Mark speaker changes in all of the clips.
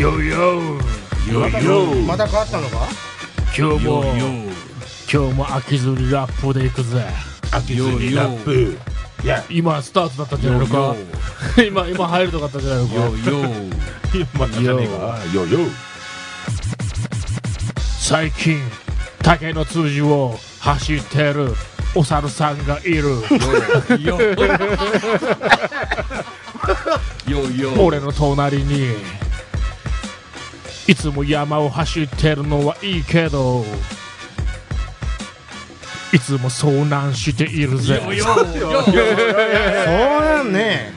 Speaker 1: よよよよ
Speaker 2: また変わったのか
Speaker 1: 今日も今日も飽きずにラップでいくぜ
Speaker 2: 飽きずにラップいや
Speaker 1: 今スタートだったんじゃないのか 今今入るとかあったんじゃないのか
Speaker 2: またじゃねえかよよ
Speaker 1: 最近竹の通じを走ってるお猿さんがいる俺の隣にいつも山を走ってるのはいいけどいつも遭難しているぜ
Speaker 2: そうやんね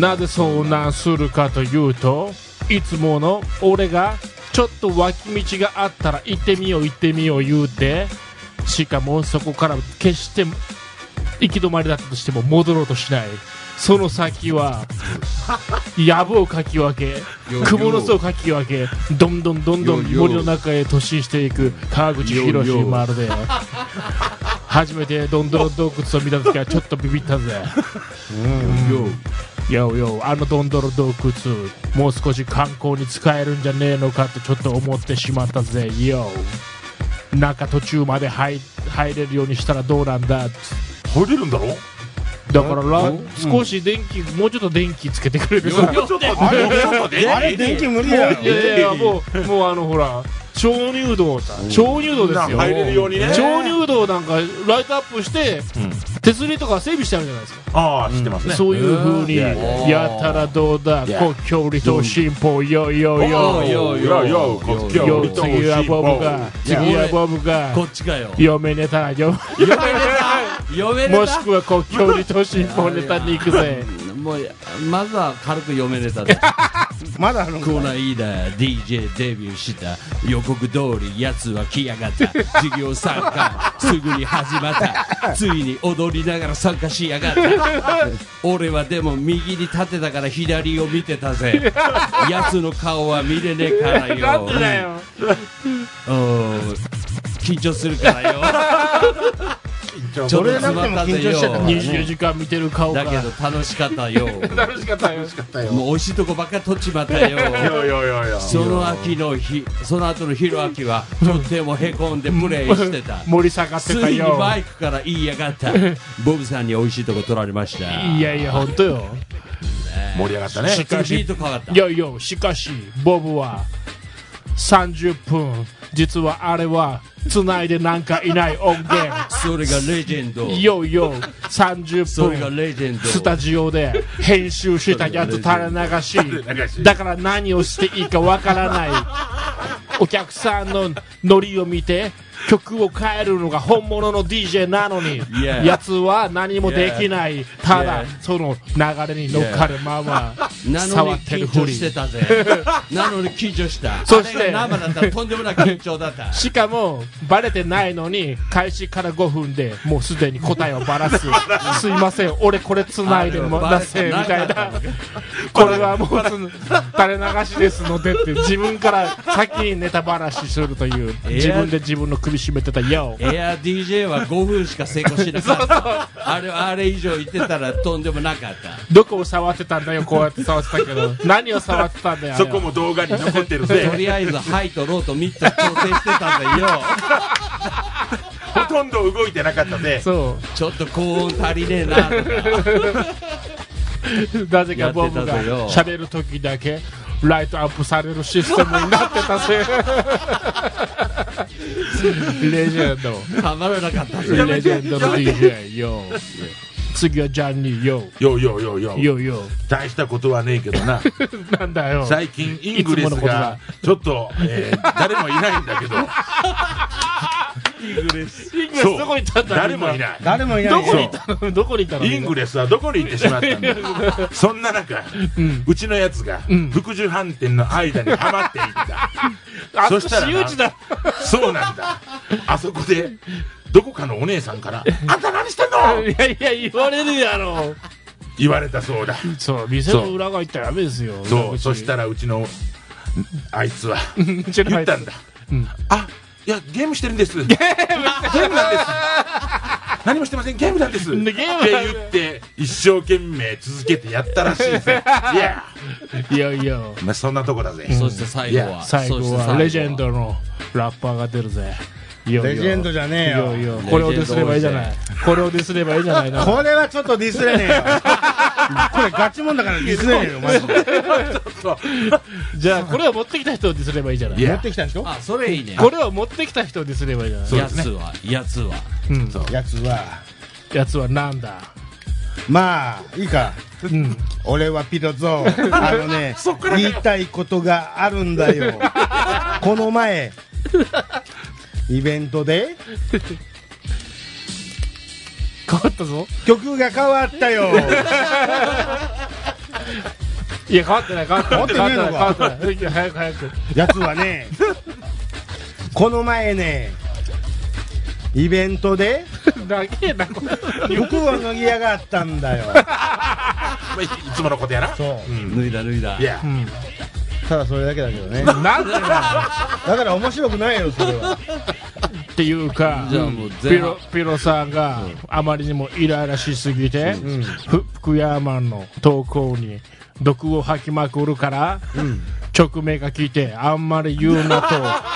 Speaker 1: なぜ遭難するかというといつもの俺がちょっと脇道があったら行ってみよう行ってみよう言うてしかもそこから決して行き止まりだったとしても戻ろうとしないその先は藪をかき分け雲の巣をかき分けどんどんどんどん森の中へ突進していく川口博士まるで初めてどんどん洞窟を見た時はちょっとビビったぜよよあのドンドロ洞窟もう少し観光に使えるんじゃねえのかとちょっと思ってしまったぜよ中途中まで入入れるようにしたらどうなんだ
Speaker 2: 入れるんだろ
Speaker 1: だからら少し電気、もうちょっと電気つけてくれるさ
Speaker 2: あれあれ電気無理や
Speaker 1: いやいやもうもうあのほら鍾乳洞だ鍾乳洞ですよ
Speaker 2: 入れるようにね
Speaker 1: 鍾乳洞なんかライトアップして、手すりとか整備してあるじゃないですか
Speaker 2: ああ知ってますね
Speaker 1: そういうふうにやったらどうだ国境離島進歩よいよいよ
Speaker 2: よよ国境
Speaker 1: よ
Speaker 2: 離島
Speaker 1: 次はボブが次はボブが嫁ネタよもしくは国境離島進歩ネタに行くぜ
Speaker 3: まずは軽く読めれたで
Speaker 2: まだあるんか
Speaker 3: こないだ DJ デビューした予告通りやつは来やがった 授業参加すぐに始まったついに踊りながら参加しやがった俺はでも右に立てたから左を見てたぜやつの顔は見れねえからよ
Speaker 1: なんでだよ
Speaker 3: うん緊張するから よちょっ
Speaker 2: そ
Speaker 3: と
Speaker 2: れな
Speaker 3: 詰
Speaker 2: くても
Speaker 3: まった
Speaker 2: 緊張しちゃったから
Speaker 3: ぜよ
Speaker 1: 24時間見てる顔が
Speaker 3: だけど楽しかった よ
Speaker 1: 楽しかったよ
Speaker 3: もう美味しいとこばっか取っちまったよ
Speaker 2: よよよよ
Speaker 3: その秋の日その後のひろあきはとってもへこんでプレイしてた
Speaker 1: 盛り下がっ
Speaker 3: つ
Speaker 1: てた
Speaker 3: いに
Speaker 1: よ
Speaker 3: マイクから言いやがったボブさんに美味しいとこ取られました
Speaker 1: いやいや本当よ
Speaker 2: 盛り上がったね
Speaker 3: しかしビート変わった
Speaker 1: いやいやしかしボブは30分実はあれは繋いでなんかいない音源
Speaker 3: それがレジェンド
Speaker 1: いよいよ
Speaker 3: それ
Speaker 1: 30
Speaker 3: が
Speaker 1: 分
Speaker 3: レジェンド
Speaker 1: スタジオで編集したやつ垂れ流しだから何をしていいかわからないお客さんのノリを見て曲を変えるのが本物の DJ なのに
Speaker 3: Yeah.
Speaker 1: やつは何もできないただ
Speaker 3: Yeah.
Speaker 1: その流れに乗っかるまま
Speaker 3: なの
Speaker 1: 触
Speaker 3: に
Speaker 1: って
Speaker 3: 緊
Speaker 1: るふ
Speaker 3: 張
Speaker 1: り
Speaker 3: してたぜ なのに緊張した
Speaker 1: そして
Speaker 3: あれが生だったらとんでもない緊張 だった
Speaker 1: しかもバレてないのに開始から5分でもうすでに答えをばらすすいません俺これつないでも出せみたいなこれはもう垂れ流しですのでって自分から先にネタばらしするという
Speaker 3: いや
Speaker 1: 自分で自分の首絞めてたよ
Speaker 3: エア DJ は5分しか成功しなかったあれあれ以上言ってたらとんでもなかった
Speaker 1: どこを触ってたんだよこうやって触ってたけど何を触ってたんだよあれ
Speaker 2: そ
Speaker 1: は
Speaker 2: こも動画に残ってる
Speaker 3: と
Speaker 2: ぜ
Speaker 3: りあえずハイとローとミッド調整してたんだよ
Speaker 2: ほとんど動いてなかったぜ
Speaker 1: そ
Speaker 3: ちょっと高音足りねえなとか
Speaker 1: う なぜかボブ
Speaker 3: やっ
Speaker 1: が
Speaker 3: てたぞよ
Speaker 1: 喋る時だけライトアップされるシステムになってた せレジェンド
Speaker 3: たまらなかったぜ
Speaker 1: レジェンドの DJ よ次はジャンニーよ
Speaker 2: よよよよ
Speaker 1: よよ
Speaker 2: 大したことはねえけどな
Speaker 1: なんだよ
Speaker 2: 最近イングレスがちょっと、えー誰もいないんだ けど
Speaker 1: イングレス
Speaker 2: そう
Speaker 1: どこ行ったんだ
Speaker 2: 誰もいない
Speaker 4: 誰もいな
Speaker 1: ど
Speaker 4: い
Speaker 1: こにいたのどこにいたの
Speaker 2: イングレスはどこに行ってしまったんだ そんな中、うちのやつが福寿飯店の間にはまってい った
Speaker 1: あ
Speaker 2: そしたらな
Speaker 1: 私有地だ
Speaker 2: そうなんだあそこでどこかのお姉さんから「あんた何してんの?
Speaker 1: いやいや言われるやろ」
Speaker 2: 言われたそうだ
Speaker 1: そう店の裏が行ったらダメですよ
Speaker 2: そうそ
Speaker 1: 裏口
Speaker 2: したらうちのあいつは
Speaker 1: じゃな
Speaker 2: 言
Speaker 1: い
Speaker 2: ったんだ、あいやゲームしてるんですゲームなんです何もしてませんゲームなんです」って
Speaker 1: でゲームなんだよ
Speaker 2: 言って一生懸命続けてやったらしい ですねいや
Speaker 1: いやいや
Speaker 2: まあそんなとこだぜ
Speaker 3: そして最後
Speaker 2: い
Speaker 3: は
Speaker 2: や
Speaker 1: 最後はレジェン
Speaker 3: そして最
Speaker 1: ド
Speaker 3: 後は
Speaker 1: のラッパーが出るぜいよいよ
Speaker 4: レジェンドじゃねえ
Speaker 1: い
Speaker 4: よ
Speaker 1: よいよこれをディスればいいじゃないこれをディスればいいじゃないな
Speaker 4: これはちょっとディスれねえよ これガチもんだからディスれねえよマジで
Speaker 1: じゃあこれを持ってきた人をディスればいいじゃない
Speaker 2: い
Speaker 4: 持
Speaker 2: や
Speaker 4: ってきた人
Speaker 3: あそれいいね
Speaker 1: これを持ってきた人をディスればいいじゃない
Speaker 3: やつはやつは
Speaker 1: うん
Speaker 4: やつは
Speaker 1: やつはなんだ
Speaker 4: まあいいか
Speaker 1: うん
Speaker 4: 俺はピロゾ ーあのね言いたいことがあるんだ よこの前イベントで
Speaker 1: 変わったぞ
Speaker 4: 曲が変わったよ
Speaker 1: いや変わってない変わってない
Speaker 4: 変わってねえのか
Speaker 1: 変わってない変わってないいや早く早く
Speaker 4: やつはねこの前ねイベントで
Speaker 1: 長えなこれ
Speaker 4: 服を脱ぎやがったんだよ
Speaker 2: まあいいつものことやな
Speaker 4: そう
Speaker 3: 脱いだ脱いだ
Speaker 2: いや
Speaker 1: うん
Speaker 4: ただそれだけだけどね
Speaker 1: なんでな
Speaker 4: だから面白くないよそれは
Speaker 1: んっていうか
Speaker 3: じゃあもう
Speaker 1: ピ
Speaker 3: 前
Speaker 1: ロ
Speaker 3: 半
Speaker 1: ピロさんがあまりにもイライラしすぎて、ふ福山の投稿に毒を吐きまくるから、直名が聞いてあんまり言うなと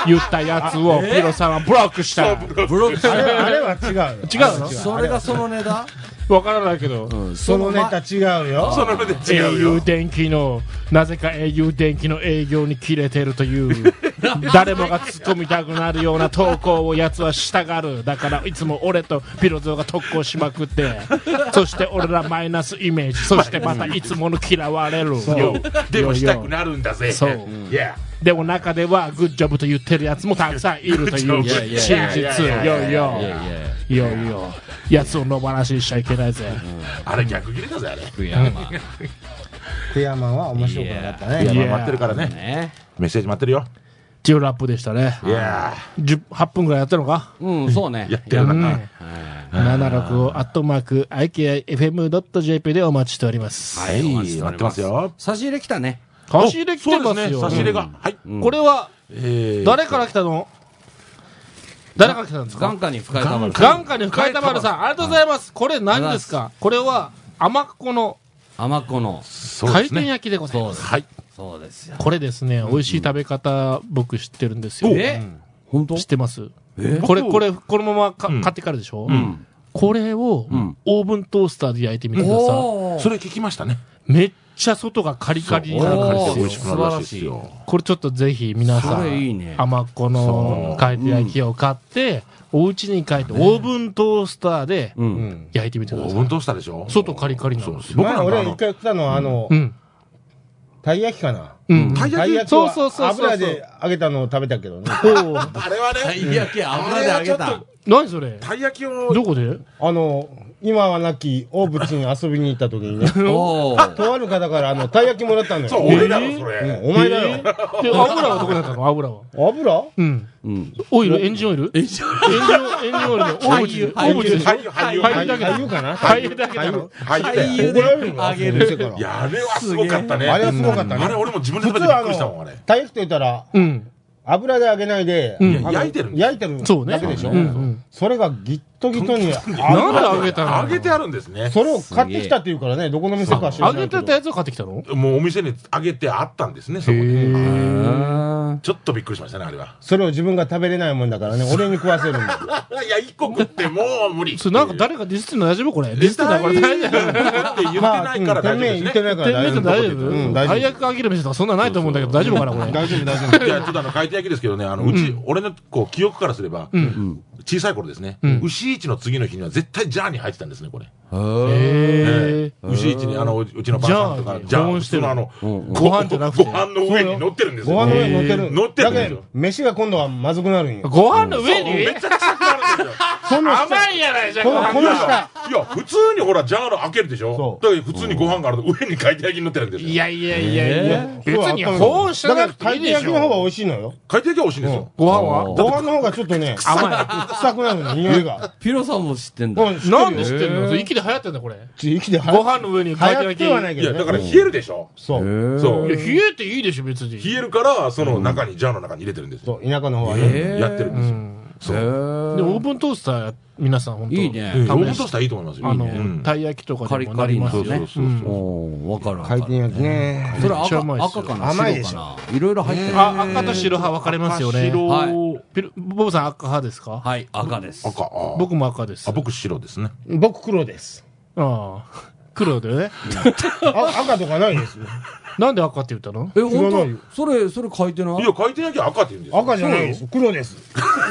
Speaker 1: 言ったやつ をピロさんはブロックした
Speaker 3: ブロック
Speaker 4: あれあれは違うよ
Speaker 1: 違うの
Speaker 3: それがそのネタ
Speaker 1: わからないけど、
Speaker 4: そのネタ違うよ
Speaker 2: その目で違
Speaker 1: 英
Speaker 2: う
Speaker 1: 雄
Speaker 2: よ
Speaker 1: 電機のなぜか英雄電機の営業に切れてるという 誰もが突っ込みたくなるような投稿をやつはしたがるだからいつも俺とピロゾーが特攻しまくって そして俺らマイナスイメージそしてまたいつもの嫌われるよ
Speaker 2: でもしたく
Speaker 1: よ
Speaker 2: なるんだぜ
Speaker 1: そう
Speaker 2: いや
Speaker 1: でも中ではグッジョブと言ってるやつもたくさんいるという
Speaker 2: グッジョブ
Speaker 1: 真実
Speaker 2: いやい
Speaker 1: よ
Speaker 2: や
Speaker 1: いよ
Speaker 3: いやい
Speaker 2: いやいや
Speaker 3: や
Speaker 1: いよいよやつを野放しにしちゃいけないぜ
Speaker 2: あれ逆切れだぜあれ
Speaker 3: 福山
Speaker 4: 福山は面白くなかった
Speaker 2: い
Speaker 4: ね
Speaker 2: や
Speaker 1: いや
Speaker 2: まあ待ってるからね
Speaker 3: ね
Speaker 2: メッセージ待ってるよ
Speaker 1: ジオラップでしたね
Speaker 2: いや
Speaker 1: 10 8分ぐらいやったのか
Speaker 3: うんそうね
Speaker 2: ーやってるな
Speaker 1: うん76をアットマーク IKIFM.jp でお待ちしております。
Speaker 2: はい待ってますよ
Speaker 3: 差し入れ来たね
Speaker 1: 差し入れ来て
Speaker 2: そ
Speaker 1: ま
Speaker 2: うですすね
Speaker 1: よ。
Speaker 2: 差し入れがはい
Speaker 1: うんこれは
Speaker 2: えー
Speaker 1: 誰から来たの誰から来たんですか
Speaker 3: 眼下に深いたまる
Speaker 1: 眼下に深いたまるさん、ありがとうございます。これ何ですかこれは甘っこの
Speaker 3: 甘子の
Speaker 2: そう
Speaker 1: 回
Speaker 2: です
Speaker 1: 転
Speaker 2: ね
Speaker 1: 焼きでございます。
Speaker 2: はい
Speaker 3: そうですよ
Speaker 1: これですね、美味しい食べ方、僕知ってるんですよ。
Speaker 3: え本当
Speaker 1: 知ってます
Speaker 3: え
Speaker 1: これ、これ、このままか
Speaker 2: うん
Speaker 1: 買ってからでしょ
Speaker 3: うん
Speaker 1: これを
Speaker 3: うん
Speaker 1: オーブントースターで焼いてみてください。
Speaker 3: お
Speaker 2: そ
Speaker 3: ー
Speaker 2: れ聞きましたね
Speaker 1: めっちゃ外がカリカリになる感じです
Speaker 2: 美
Speaker 1: よ
Speaker 2: 味しくなるらしいですよ
Speaker 1: これちょっとぜひ皆さ
Speaker 3: それいい
Speaker 1: ん
Speaker 3: ね
Speaker 1: 甘っこの回転焼きを買ってお家に帰ってオーブントースターで
Speaker 3: うん
Speaker 1: 焼いてみてくだ
Speaker 2: オー
Speaker 1: さ
Speaker 2: ブン
Speaker 1: い
Speaker 2: トースターでしょ
Speaker 1: 外カリカリな
Speaker 2: そ
Speaker 1: の
Speaker 2: うです
Speaker 4: 僕
Speaker 2: 僕な
Speaker 4: ら
Speaker 2: ん
Speaker 4: 俺
Speaker 2: かあ
Speaker 4: 一
Speaker 2: の
Speaker 4: 回食ったのはあの
Speaker 1: うん
Speaker 4: たい焼きかな
Speaker 1: うん
Speaker 2: たい
Speaker 4: たい焼
Speaker 2: 焼
Speaker 4: きは
Speaker 1: そうそうそうそう
Speaker 4: 油で揚げたのを食べたけどね
Speaker 1: おう
Speaker 2: きあれは
Speaker 3: た
Speaker 2: ね
Speaker 3: い焼き油で揚げ
Speaker 2: あれはちょった
Speaker 1: 何それ
Speaker 2: たい焼きを
Speaker 1: どこで
Speaker 4: あの今はなき大淵に遊びに行った時にね
Speaker 3: おー
Speaker 4: とある方からあのたい焼きもらったのよ
Speaker 2: そう俺だろそれ
Speaker 4: うんお前だよ、
Speaker 1: えーで油はどこだったの油は
Speaker 4: 油
Speaker 1: うん
Speaker 3: うん
Speaker 1: オイルエンジンオイルエンジンオイルエンジンオイルの大口で大口でしょ
Speaker 2: 俳優俳優
Speaker 1: 俳
Speaker 2: 俳
Speaker 1: 優
Speaker 2: 優
Speaker 1: だけだ
Speaker 4: 俳優かな
Speaker 1: 俳優だけだろ
Speaker 2: 俳優だよ
Speaker 4: 怒られるの
Speaker 3: 揚げる
Speaker 4: 店から
Speaker 2: いやあれはすごかったね
Speaker 4: あれはすごかったね
Speaker 2: あれ俺も自分で
Speaker 4: 普
Speaker 2: 食べ
Speaker 4: 通
Speaker 2: てびっ
Speaker 4: は
Speaker 2: くりしたもんあ
Speaker 4: あの
Speaker 2: れ
Speaker 4: たい焼きと言ったら
Speaker 1: うん
Speaker 4: 油で揚げないで、
Speaker 1: ん
Speaker 4: あの
Speaker 2: 焼いてるんです
Speaker 4: 焼いてる
Speaker 1: そうね
Speaker 4: だけでしょ、
Speaker 1: うんうん
Speaker 4: それがギットギットに
Speaker 1: なんで揚げたの
Speaker 2: 揚げてあるんですね
Speaker 4: それを買ってきたっていうからねどこの店かは知ら
Speaker 1: 揚
Speaker 4: ない
Speaker 1: げ
Speaker 4: け
Speaker 1: て
Speaker 4: ど
Speaker 1: たやつを買ってきたの
Speaker 2: もうお店に揚げてあったんですねそこに
Speaker 3: あ
Speaker 2: ちょっとびっくりしましたねあれは
Speaker 4: それを自分が食べれないもんだからね俺に食わせるんだよ
Speaker 2: いや一個食ってもう 無理
Speaker 1: それなんか誰かディスってんの大丈夫これディスってんのこれ大丈夫
Speaker 2: って言ってないから大丈夫です
Speaker 4: 言
Speaker 2: ね
Speaker 4: ってないから
Speaker 1: 店名
Speaker 4: 大丈
Speaker 1: と
Speaker 4: 夫。
Speaker 1: 大丈夫
Speaker 4: うん大丈夫
Speaker 1: 大役あげる店とかそんなないと思うんだけど大丈夫かなこれ
Speaker 4: 大丈夫、大丈
Speaker 2: いや、ちょっとあの、回転焼きですけどね、あの、うち、俺の、こう、記憶からすれば、小さい頃ですね、牛市の次の日には絶対ジャーに入ってたんですね、これ。
Speaker 1: へえ
Speaker 2: 牛市に、あの、うちのばあさんとか、
Speaker 1: ジ
Speaker 2: ジ
Speaker 1: ャ
Speaker 2: ャ
Speaker 1: ーに
Speaker 2: ー、普通のあの、
Speaker 1: ご飯じゃなくて
Speaker 2: ご飯の上に乗ってるんです
Speaker 4: 夫。
Speaker 2: よ。
Speaker 4: ご飯の上に乗って
Speaker 2: え
Speaker 4: る。
Speaker 2: ー乗ってるんで
Speaker 4: だ
Speaker 2: す
Speaker 4: け
Speaker 2: よ
Speaker 4: ど飯が今度はまずくなるんよ。
Speaker 1: ご飯の上
Speaker 2: め
Speaker 1: に
Speaker 2: っちゃ臭くなるんですよ。
Speaker 4: その下
Speaker 1: 甘いやないじゃん
Speaker 4: こ
Speaker 1: ご
Speaker 4: の、
Speaker 1: 飯
Speaker 4: この下。
Speaker 2: いや、普通にほら、ジャーの開けるでしょ
Speaker 4: そう
Speaker 2: だから普通にご飯があると上に回転焼きに乗ってるんです
Speaker 1: い
Speaker 2: よ。
Speaker 1: やいやいやいや別に
Speaker 4: こ
Speaker 1: こ
Speaker 4: う
Speaker 1: う
Speaker 4: し
Speaker 1: したた
Speaker 4: だ
Speaker 1: な
Speaker 4: か
Speaker 1: く
Speaker 4: ら、
Speaker 1: て
Speaker 4: 回
Speaker 1: いいで
Speaker 4: 転焼
Speaker 1: し
Speaker 4: きの方が
Speaker 1: ょ
Speaker 4: 美味しいのよ。
Speaker 2: 回転焼きは美味しいんですよ。
Speaker 1: ご飯は
Speaker 4: ご飯の方がちょっとね、 臭くなるの、匂いが。
Speaker 3: ピロさんも知ってんだ
Speaker 4: うん知ってるよ
Speaker 1: なんで知ってんのそれ生きて流行ってんだこれ
Speaker 4: 生きては
Speaker 1: ご飯の上に回転
Speaker 4: 流行っ
Speaker 1: 焼き
Speaker 4: てはないいけ
Speaker 2: い
Speaker 4: ど
Speaker 2: や、
Speaker 4: ね。
Speaker 2: だから冷えるでしょ
Speaker 4: そう。
Speaker 2: そう。
Speaker 1: や
Speaker 2: 冷
Speaker 1: 冷えていいでしょ別に
Speaker 2: えるから、その中に、ジャーの中に入れてるんですよ。
Speaker 4: そう、田舎の方はね。
Speaker 2: やってるんですよ。そう
Speaker 3: へー
Speaker 1: でオーブントースター皆さん本当
Speaker 3: いいね
Speaker 2: うん
Speaker 1: 試し
Speaker 2: オーブントースターいいと思いますよ
Speaker 1: あ
Speaker 2: う
Speaker 1: の
Speaker 2: ん
Speaker 1: たい焼きとかでもなります
Speaker 2: そ
Speaker 1: よ
Speaker 2: うそ
Speaker 1: ね
Speaker 2: うそうそう
Speaker 1: うん
Speaker 3: おーわかるわか
Speaker 4: 回
Speaker 3: る
Speaker 4: 転焼きね。
Speaker 3: それは
Speaker 1: めっちゃ
Speaker 3: 赤
Speaker 1: うまいっすよ
Speaker 3: 赤かな
Speaker 4: 甘いで
Speaker 3: 白
Speaker 4: し
Speaker 3: か
Speaker 4: ょ
Speaker 3: ないろいろ入ってる
Speaker 1: あ赤と白派分かれますよね
Speaker 2: 赤白
Speaker 3: は
Speaker 1: ピルボブさん赤派ですか、
Speaker 3: はい赤です
Speaker 2: 赤あ僕
Speaker 1: 僕も赤です
Speaker 2: あ僕白ですね
Speaker 4: 僕黒 です。
Speaker 1: ああ黒でね
Speaker 4: あ赤とかないですよ。
Speaker 1: なんで赤って言ったの
Speaker 3: え
Speaker 4: 知らない
Speaker 3: 本
Speaker 4: よ
Speaker 3: 当それそれ書いてない
Speaker 2: いや回転焼きは赤って言うんですよ
Speaker 4: 赤じゃないです。黒です。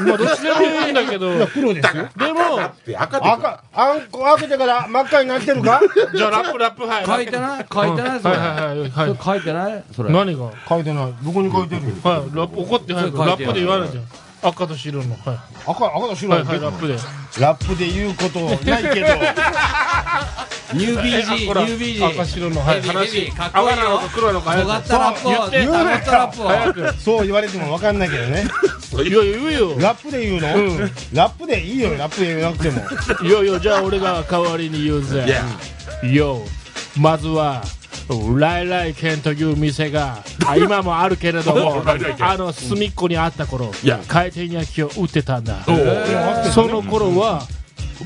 Speaker 1: まあどっちでもいいんだけど でも
Speaker 4: 黒ですよ。
Speaker 2: って赤って言うから
Speaker 4: 赤、あんこ開けてから真っ赤になってるか
Speaker 1: じゃあラップラップはい
Speaker 3: 書いてない書いてないそ
Speaker 1: は
Speaker 3: れ
Speaker 1: いはいはい
Speaker 3: そ
Speaker 1: は
Speaker 3: れ
Speaker 1: い
Speaker 3: 書いてないそれ
Speaker 1: 何がはい
Speaker 4: 書いてない。僕に書いてる。
Speaker 1: ラップ怒ってない
Speaker 3: それ書
Speaker 1: ラ
Speaker 3: い
Speaker 1: ッ
Speaker 3: て
Speaker 1: プ
Speaker 3: ある
Speaker 1: で言わないじゃん赤と白のはい
Speaker 4: 赤、赤と白
Speaker 1: はい
Speaker 4: だけ
Speaker 1: はいラップで
Speaker 4: ラップで言うことないけど、
Speaker 3: ニュービージーニ
Speaker 1: ほら
Speaker 3: ュービージー
Speaker 1: 赤白のはい
Speaker 3: ヘビ
Speaker 1: 話
Speaker 3: ヘビかっこい
Speaker 1: 赤
Speaker 3: い
Speaker 1: なのか
Speaker 3: よ
Speaker 1: 黒なのか
Speaker 3: 尖
Speaker 1: 早
Speaker 3: っ
Speaker 1: く
Speaker 3: たラップを
Speaker 1: 言って
Speaker 3: 尖ったラップを
Speaker 1: 早く
Speaker 4: そう言われても分かんないけどね。
Speaker 1: いや言えよ
Speaker 4: ラップで言うの、ラップでいいよ、ラップで言わなくても。
Speaker 1: いやいやじゃあ俺が代わりに言うぜ
Speaker 2: いや
Speaker 1: よまずはライライ県という店があ今もあるけれども
Speaker 2: ライライ軒
Speaker 1: あの隅っこにあった頃
Speaker 2: いや
Speaker 1: 回転焼きを売ってたんだ
Speaker 2: おう
Speaker 1: その頃は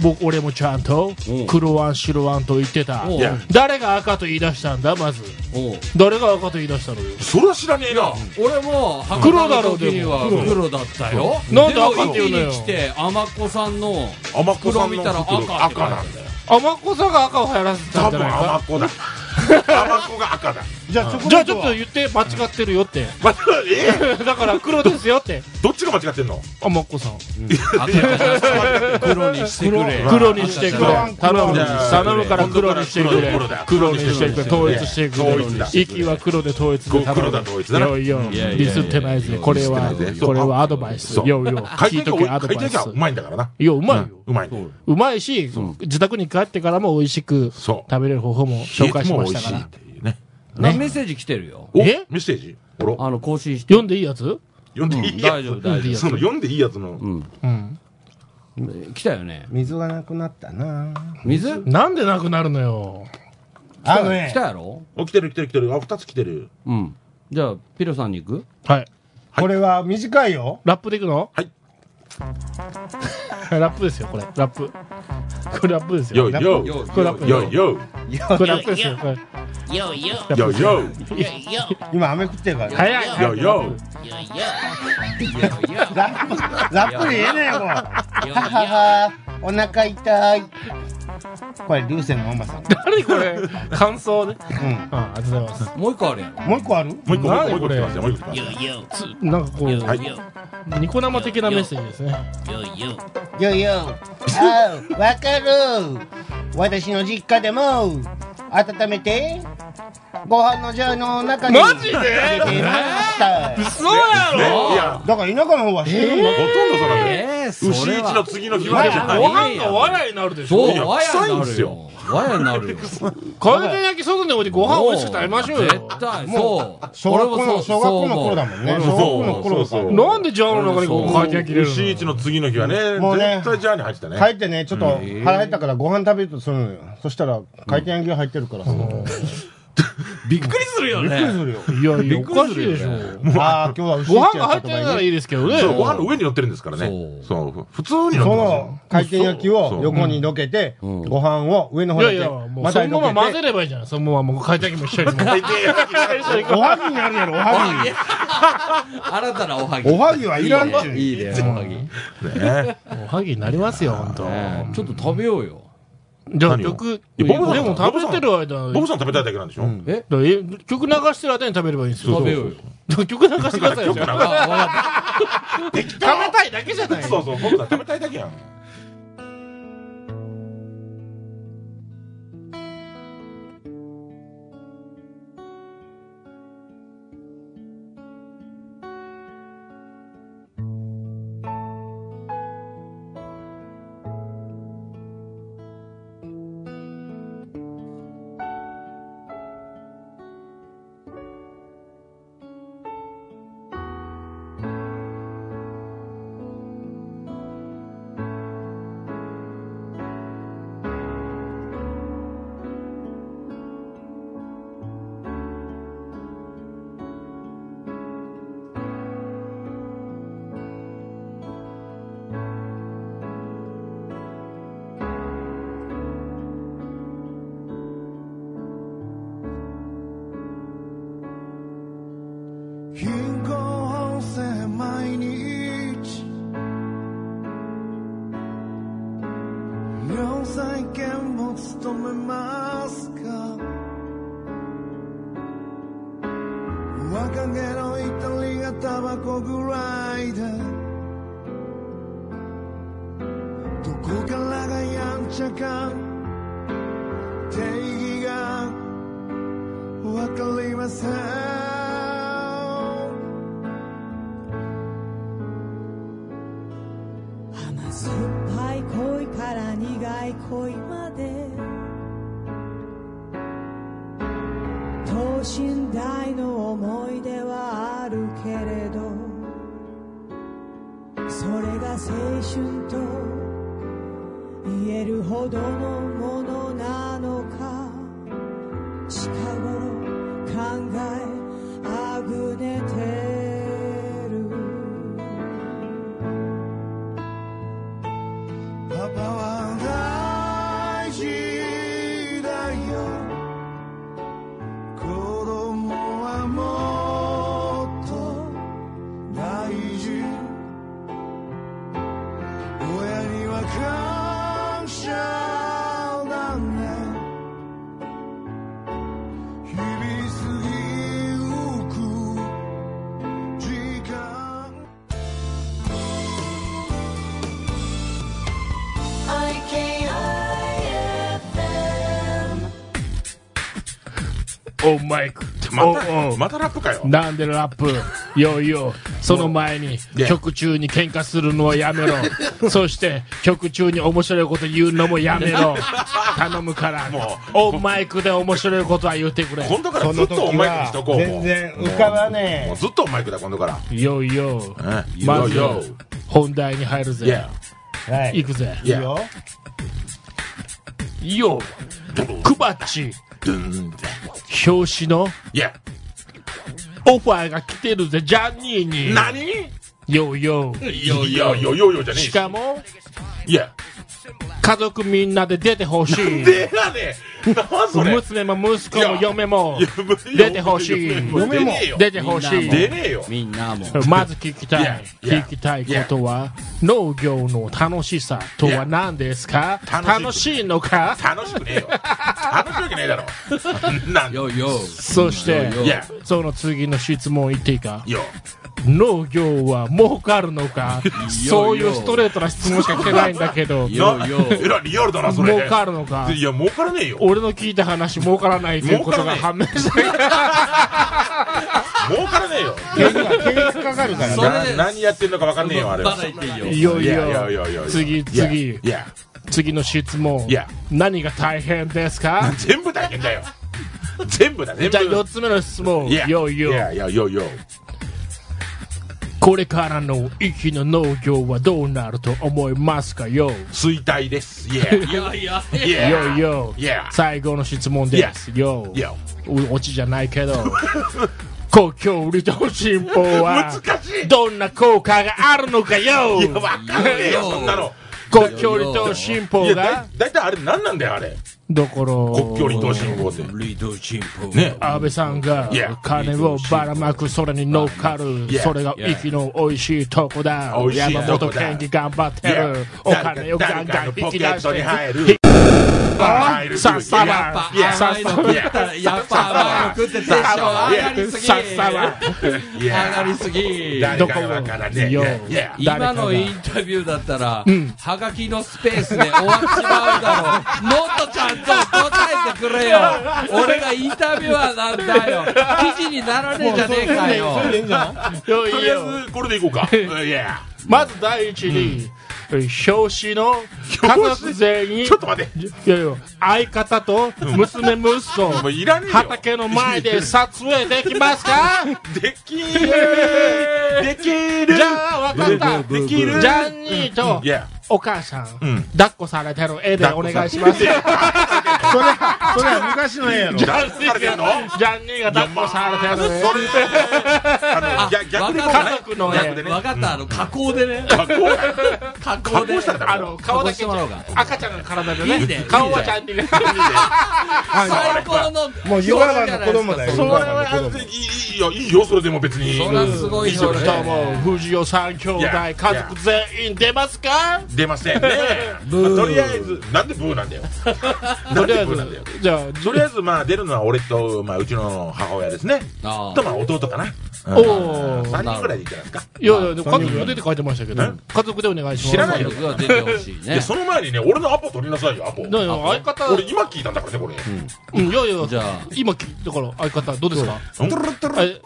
Speaker 1: 僕俺もちゃんと
Speaker 3: うん
Speaker 1: 黒あん白あんと言ってた
Speaker 3: おう
Speaker 2: いや
Speaker 1: 誰が赤と言い出したんだまず
Speaker 3: おう
Speaker 1: 誰が赤と言い出したのよ
Speaker 2: それは知らねえな
Speaker 3: 俺も
Speaker 1: 黒だろ
Speaker 3: 時には
Speaker 1: でも
Speaker 3: 黒だったよ
Speaker 1: なんで赤って言うのよ
Speaker 3: でも家に来て天子さんの
Speaker 2: 甘子さん
Speaker 3: 袋見
Speaker 2: の
Speaker 3: たら赤って書いてある
Speaker 2: 赤なんだよ
Speaker 1: 甘子さんが赤を流行らせた
Speaker 2: 多
Speaker 1: んじゃ
Speaker 2: 分
Speaker 1: ない
Speaker 2: 甘
Speaker 1: か
Speaker 2: 子だ甘子が赤だ
Speaker 4: じゃあ、チョコ
Speaker 1: じ
Speaker 4: レ
Speaker 1: ゃあ
Speaker 4: ー
Speaker 1: ちょ
Speaker 4: ト
Speaker 1: っと
Speaker 4: は
Speaker 1: 言って間違ってるよって
Speaker 2: またえ
Speaker 1: だから黒ですよって
Speaker 2: どっちが間違ってんの
Speaker 1: 甘子さん
Speaker 3: 黒にしてくれ
Speaker 1: 黒にしてくれ
Speaker 4: 黒
Speaker 1: 頼む
Speaker 2: じゃあ
Speaker 1: 頼むから黒にしてくれ
Speaker 2: 黒だ
Speaker 1: 黒にしてくれ統一してく
Speaker 2: 統一だ
Speaker 1: れ息は黒で統一で頼む
Speaker 2: 黒だ統一だない
Speaker 1: よいよ
Speaker 3: いやいやいや
Speaker 1: ディスってないぜこれは
Speaker 2: ディスってないぜ
Speaker 1: これはアドバイス
Speaker 2: そう
Speaker 1: よいよ
Speaker 2: 回
Speaker 1: 聞い
Speaker 2: 転
Speaker 1: とけア
Speaker 2: が
Speaker 1: ド
Speaker 2: 回
Speaker 1: バ
Speaker 2: 転
Speaker 1: イス
Speaker 2: がうまいんだからない
Speaker 1: やうまいよ
Speaker 2: うまい
Speaker 1: うんうまいし自宅に帰ってからも美味しく
Speaker 2: そう
Speaker 1: 食べれる方法も紹介しましたから
Speaker 2: 冷えても美味しいっていうね
Speaker 3: なメッセージ来てるよ
Speaker 2: お
Speaker 1: え
Speaker 2: メッセージおろ
Speaker 3: あの更新して
Speaker 1: 読んでいいやつ
Speaker 2: 読んでいいや
Speaker 3: 大丈夫
Speaker 2: つ
Speaker 3: 大丈
Speaker 2: その読んでいいやつの
Speaker 1: うん
Speaker 3: 夫来たよね
Speaker 4: 水がなくなったな
Speaker 3: 水
Speaker 1: なんでなくなるのよ
Speaker 4: あの
Speaker 3: 来
Speaker 4: ね
Speaker 3: た、やろ
Speaker 2: お来てる来てる来てるあ二つ来てる
Speaker 3: うんじゃあピロさんに行く
Speaker 1: はい
Speaker 4: これは短いよ。
Speaker 1: ラップでいくの
Speaker 2: はい
Speaker 1: ラップですよこれラップこれラップですよ
Speaker 2: よいよい
Speaker 3: よ
Speaker 1: これラップ
Speaker 2: よいよ
Speaker 1: これラップですよこれ
Speaker 5: よいよ
Speaker 2: いよいよ
Speaker 5: よいよよ
Speaker 4: 今、飴食ってるから。
Speaker 1: 早い
Speaker 2: いよいよ
Speaker 5: いよいよ
Speaker 4: ラップ、ラップで言えねえよ、もう。ははは、お腹痛い。これ、流星のママさん。
Speaker 1: 誰これ感想ね
Speaker 4: うん。
Speaker 1: あありがとうございます
Speaker 3: もう一個あるやん
Speaker 4: もう一個ある
Speaker 2: もう一個もう一個
Speaker 1: 何
Speaker 2: もう一個
Speaker 1: これ
Speaker 2: 来てますよもう一個来てますよ
Speaker 5: よよ
Speaker 1: なんかこう
Speaker 2: はい
Speaker 1: ニコ生的なメッセージですね
Speaker 5: よよ
Speaker 4: よいよ。ああ、わかる。私の実家でも、温めて、ご飯のジャーの中に。
Speaker 1: マジで
Speaker 4: 入れてました。
Speaker 1: そうや
Speaker 2: ねいや
Speaker 4: だから田舎の方は知っ
Speaker 2: ほ
Speaker 4: てる
Speaker 2: とんどそうなんだよ
Speaker 3: ええそ
Speaker 2: 牛
Speaker 3: れ
Speaker 2: 一
Speaker 3: は
Speaker 2: の次の日までじゃない
Speaker 1: ご飯がわらになるでしょ
Speaker 3: そ
Speaker 2: いうや
Speaker 3: わやに
Speaker 2: 臭い
Speaker 3: なんる
Speaker 2: す
Speaker 3: よ
Speaker 2: よ
Speaker 3: わやになるよ
Speaker 1: 回転焼き外に置いてご飯美味しく食べましょうよ
Speaker 3: 絶対そう
Speaker 4: 小学校の、小学校の頃だもんね。
Speaker 2: 俺
Speaker 4: 小
Speaker 2: も
Speaker 4: 学
Speaker 2: そう
Speaker 4: 校の頃
Speaker 2: そうそう
Speaker 4: か
Speaker 1: なんでジャンの中にこう回転焼き入れるの
Speaker 2: 牛一の次の日はね
Speaker 4: もうね
Speaker 2: 絶対ジャーに入ってたね
Speaker 4: ら。帰ってね、ちょっと腹減ったからご飯食べるとするのよ。そしたら、回転焼きが入ってるからさ。
Speaker 3: びっくりするよ
Speaker 4: びっくりするよ。
Speaker 1: いやいやおかしいでしょ
Speaker 4: ああ、今日は牛
Speaker 1: ご飯
Speaker 4: ち
Speaker 1: が
Speaker 4: ゃ
Speaker 1: 入っ
Speaker 4: ん
Speaker 1: て
Speaker 4: と
Speaker 1: ないならいいですけどね
Speaker 2: そうご飯の上に乗ってるんですからねそう普通に乗ってます
Speaker 4: そ
Speaker 2: よ
Speaker 4: の回転焼きを横にどけて、ご飯を上の方
Speaker 1: い
Speaker 4: に
Speaker 1: や
Speaker 4: ど
Speaker 1: いや
Speaker 4: けて
Speaker 1: もう
Speaker 4: ま
Speaker 1: そ
Speaker 4: た
Speaker 1: のまま混
Speaker 4: どけ
Speaker 1: ぜ
Speaker 4: て
Speaker 1: ればいいじゃないそのままもう回転焼きも一緒 に
Speaker 2: 回転焼き
Speaker 4: おはぎになるやろおは
Speaker 3: 新たなおはぎ
Speaker 4: ぎおはぎはいらんっちゅう
Speaker 3: いいねおはぎ
Speaker 2: ね
Speaker 1: おはぎになりますよ本当。
Speaker 3: ええちょっと食べようよ
Speaker 1: じゃあ
Speaker 2: 何を
Speaker 1: 曲
Speaker 2: い
Speaker 1: で
Speaker 2: やボブさん
Speaker 1: も食べてる間
Speaker 2: ボブさん食べたいだけなんでしょ
Speaker 3: え
Speaker 1: だからえ曲流してる間に食べればいいんですよ
Speaker 3: 食べようよ
Speaker 1: 曲流してくださいよじゃあ
Speaker 3: あわかった
Speaker 1: 食べたいだけじゃない
Speaker 2: そうそうボブさん食べたいだけやん
Speaker 6: 「若気の至りがタバコぐらいでどこからがやんちゃか定義がわかりません
Speaker 7: 甘酸っぱい恋から苦い恋まで等身大の思い出はあるけれどそれが青春と言えるほどのものなのか近頃考えあぐねてる
Speaker 6: パパは大事だよ子供はもっと大事親には感謝だね日々過ぎゆく時間
Speaker 7: IKIFM
Speaker 1: オーマイク
Speaker 2: また
Speaker 1: おう
Speaker 2: またラップかよ
Speaker 1: なんでラップよいよその前に
Speaker 2: や
Speaker 1: 曲中に喧嘩するのはや めろそして曲中に面白いこと言うのもやめろ頼むから
Speaker 2: もう
Speaker 1: オーマイクで面白いことは言ってくれ
Speaker 2: 今度から
Speaker 4: そ
Speaker 2: ず
Speaker 4: の
Speaker 2: っとお
Speaker 4: 時
Speaker 2: マイクにし
Speaker 4: は
Speaker 2: とこうも
Speaker 4: 全
Speaker 2: う
Speaker 4: 然浮かばね
Speaker 2: もう
Speaker 4: え
Speaker 2: ずっとおマイクだ今度から
Speaker 1: よいよ
Speaker 2: うん
Speaker 1: まず
Speaker 2: Yo,
Speaker 1: 本題に入る
Speaker 2: yo. Yeah.
Speaker 1: ぜ
Speaker 4: はい
Speaker 1: 行くぜ
Speaker 4: いいよ
Speaker 1: よクバッチ表紙の
Speaker 2: Yeah.
Speaker 1: オファーが来てるぜジャニーに
Speaker 2: 何
Speaker 1: よいよ
Speaker 2: いやいやいやいやいやじゃねえ
Speaker 1: しかも
Speaker 2: いや
Speaker 1: 家族みんなで出てほしい
Speaker 2: でやねえなんそれ
Speaker 1: 娘も息子も嫁も
Speaker 2: いや無理
Speaker 1: 出てほしい
Speaker 2: 出ねえよ
Speaker 1: 出てほしい
Speaker 2: 出ねえよ
Speaker 3: みんなも
Speaker 1: まず聞きたい
Speaker 2: Yeah, yeah,
Speaker 1: 聞きたいことは農業の楽しさとは何ですか
Speaker 2: Yeah
Speaker 1: 楽しいのか
Speaker 2: 楽しくねえよ楽しいわけねえだろなん
Speaker 3: よいよ
Speaker 1: そして
Speaker 2: いや
Speaker 1: その次の質問言っていいか
Speaker 2: よ
Speaker 1: 農業は儲かるのかそういうストレートな質問しか来てないんだけど
Speaker 3: よいよ
Speaker 2: えらリアルだなそれ
Speaker 1: 儲かるのか
Speaker 2: いや儲からねえよ
Speaker 1: 俺の聞いた話儲からないということが判明した
Speaker 2: 儲からねえよ
Speaker 4: かかるから
Speaker 3: それ
Speaker 2: な何やってんのか分かんねえよあれ
Speaker 3: まだ言っていいよ
Speaker 1: いよい
Speaker 2: いやいやい
Speaker 1: よ
Speaker 2: やいや
Speaker 1: 次次
Speaker 2: いや
Speaker 1: 次の質問
Speaker 2: いや
Speaker 1: 何が大変ですか
Speaker 2: 全部大変だよ全部だ全部
Speaker 1: じゃあ4つ目の質問
Speaker 2: いや
Speaker 1: よいよ
Speaker 2: いやいやよよ
Speaker 1: これからの息の農業はどうなると思いますかよ
Speaker 2: 衰退ですいや
Speaker 3: い
Speaker 2: い
Speaker 3: やいや
Speaker 1: よ
Speaker 2: や
Speaker 1: よ
Speaker 2: Yeah
Speaker 1: 最後の質問ですよ
Speaker 2: いや
Speaker 1: うオチじゃないけど 故郷離島新報は
Speaker 2: 難しい
Speaker 1: どんな効果があるのかよ
Speaker 2: いや分かんねえよそんなの
Speaker 1: 故郷離島新
Speaker 2: い
Speaker 1: 報
Speaker 2: や
Speaker 1: が
Speaker 2: だ大体あれ何なんだよあれ
Speaker 1: どころ
Speaker 2: 国境離島信号って
Speaker 3: リドチンポ
Speaker 2: ね
Speaker 1: 安倍さんが
Speaker 2: Yeah
Speaker 1: 金をばらまくそれに乗っかる
Speaker 2: Yeah
Speaker 1: それが息の美味しいとこだ
Speaker 2: 美味しい
Speaker 1: 山
Speaker 2: とこ
Speaker 1: 本
Speaker 2: だ
Speaker 1: 健二頑張ってる
Speaker 2: Yeah
Speaker 1: お金をガンガン
Speaker 2: 誰かの
Speaker 1: 引
Speaker 2: ポ
Speaker 1: き
Speaker 2: ケ
Speaker 1: 出
Speaker 2: ッ
Speaker 1: し
Speaker 2: ト
Speaker 1: て
Speaker 2: に入る入る
Speaker 1: さっさ
Speaker 2: いや
Speaker 1: ば
Speaker 3: やっぱ甘いの食ってたやっぱ甘いの食ってたでしょ上がりすぎ
Speaker 1: さっさば
Speaker 2: い
Speaker 3: 上が
Speaker 2: や
Speaker 3: りすぎ
Speaker 2: 誰かわからねえ
Speaker 1: どこ
Speaker 2: いやいや
Speaker 3: 今のインタビューだったら、はがきのスペースで終わっちまうだろう。もっとちゃんと答えてくれよ。俺がインタビュアーなんだよ。記事にならねえじゃねえかよ。
Speaker 1: よ
Speaker 2: と
Speaker 1: い
Speaker 2: りあ
Speaker 1: よ
Speaker 2: えずこれでいこうかいや
Speaker 1: まず第一に表紙の家族全員
Speaker 2: ちょっと待って
Speaker 1: いやいや相方と娘息子
Speaker 2: もういらねえよ
Speaker 1: 畑の前で撮影できますか
Speaker 2: できるできる
Speaker 1: じゃあわかった
Speaker 2: できる
Speaker 1: ジャンニーと
Speaker 2: いや
Speaker 1: お母さん、
Speaker 2: ん
Speaker 1: 抱っこされてる絵でお願いします。ジ
Speaker 4: それそれは昔の絵やろ
Speaker 2: 誰かれてんの
Speaker 1: ャンニーが抱っこされてる
Speaker 2: それあの逆逆でこうか
Speaker 1: 家族のね
Speaker 2: 逆でね
Speaker 3: わかった、あの、加工でね。
Speaker 2: 加工
Speaker 3: 加
Speaker 2: 加
Speaker 3: 工で
Speaker 2: 工。したんだ
Speaker 1: あ
Speaker 2: ろ
Speaker 1: の、顔だけ
Speaker 3: 加工してもらおうか
Speaker 1: 赤ちゃんの体でね、
Speaker 3: いいね
Speaker 1: 顔はジャンニーが。
Speaker 3: 最高の。
Speaker 4: もう湯河原の子供だよ
Speaker 1: それ
Speaker 4: 湯河原の子
Speaker 1: は
Speaker 4: 供
Speaker 2: いいいやいいよそれでも別に
Speaker 3: そらすごいそれ
Speaker 2: じ
Speaker 1: ど
Speaker 2: ゃ
Speaker 1: うんも藤尾三兄弟家族全員出ますか
Speaker 2: 出ませんね、まあとりあえずなんでブーなんだよ
Speaker 1: と
Speaker 2: なん
Speaker 1: りあ
Speaker 2: で
Speaker 1: え
Speaker 2: ブーなんだよ
Speaker 1: ずじゃあ
Speaker 2: とりあえずまあ出るのは俺と、まあ、うちの母親ですね
Speaker 3: あー
Speaker 2: とまあ弟かな、うん、
Speaker 1: おー
Speaker 2: 3人ぐらいでいいんじゃないですか
Speaker 1: いやいやでも家族が出て書いてましたけど
Speaker 2: え
Speaker 1: 家族でお願いします
Speaker 2: 知らない
Speaker 3: 家
Speaker 2: よ
Speaker 3: 族は出てほしい
Speaker 2: で
Speaker 3: ね
Speaker 2: その前にね俺のアポ取りなさいよアポ
Speaker 1: だから相方
Speaker 2: 俺今聞いたんだからねこれ、
Speaker 1: うんいやいや
Speaker 3: じゃあ
Speaker 1: 今聞いたから相方どうですか
Speaker 2: うん
Speaker 1: え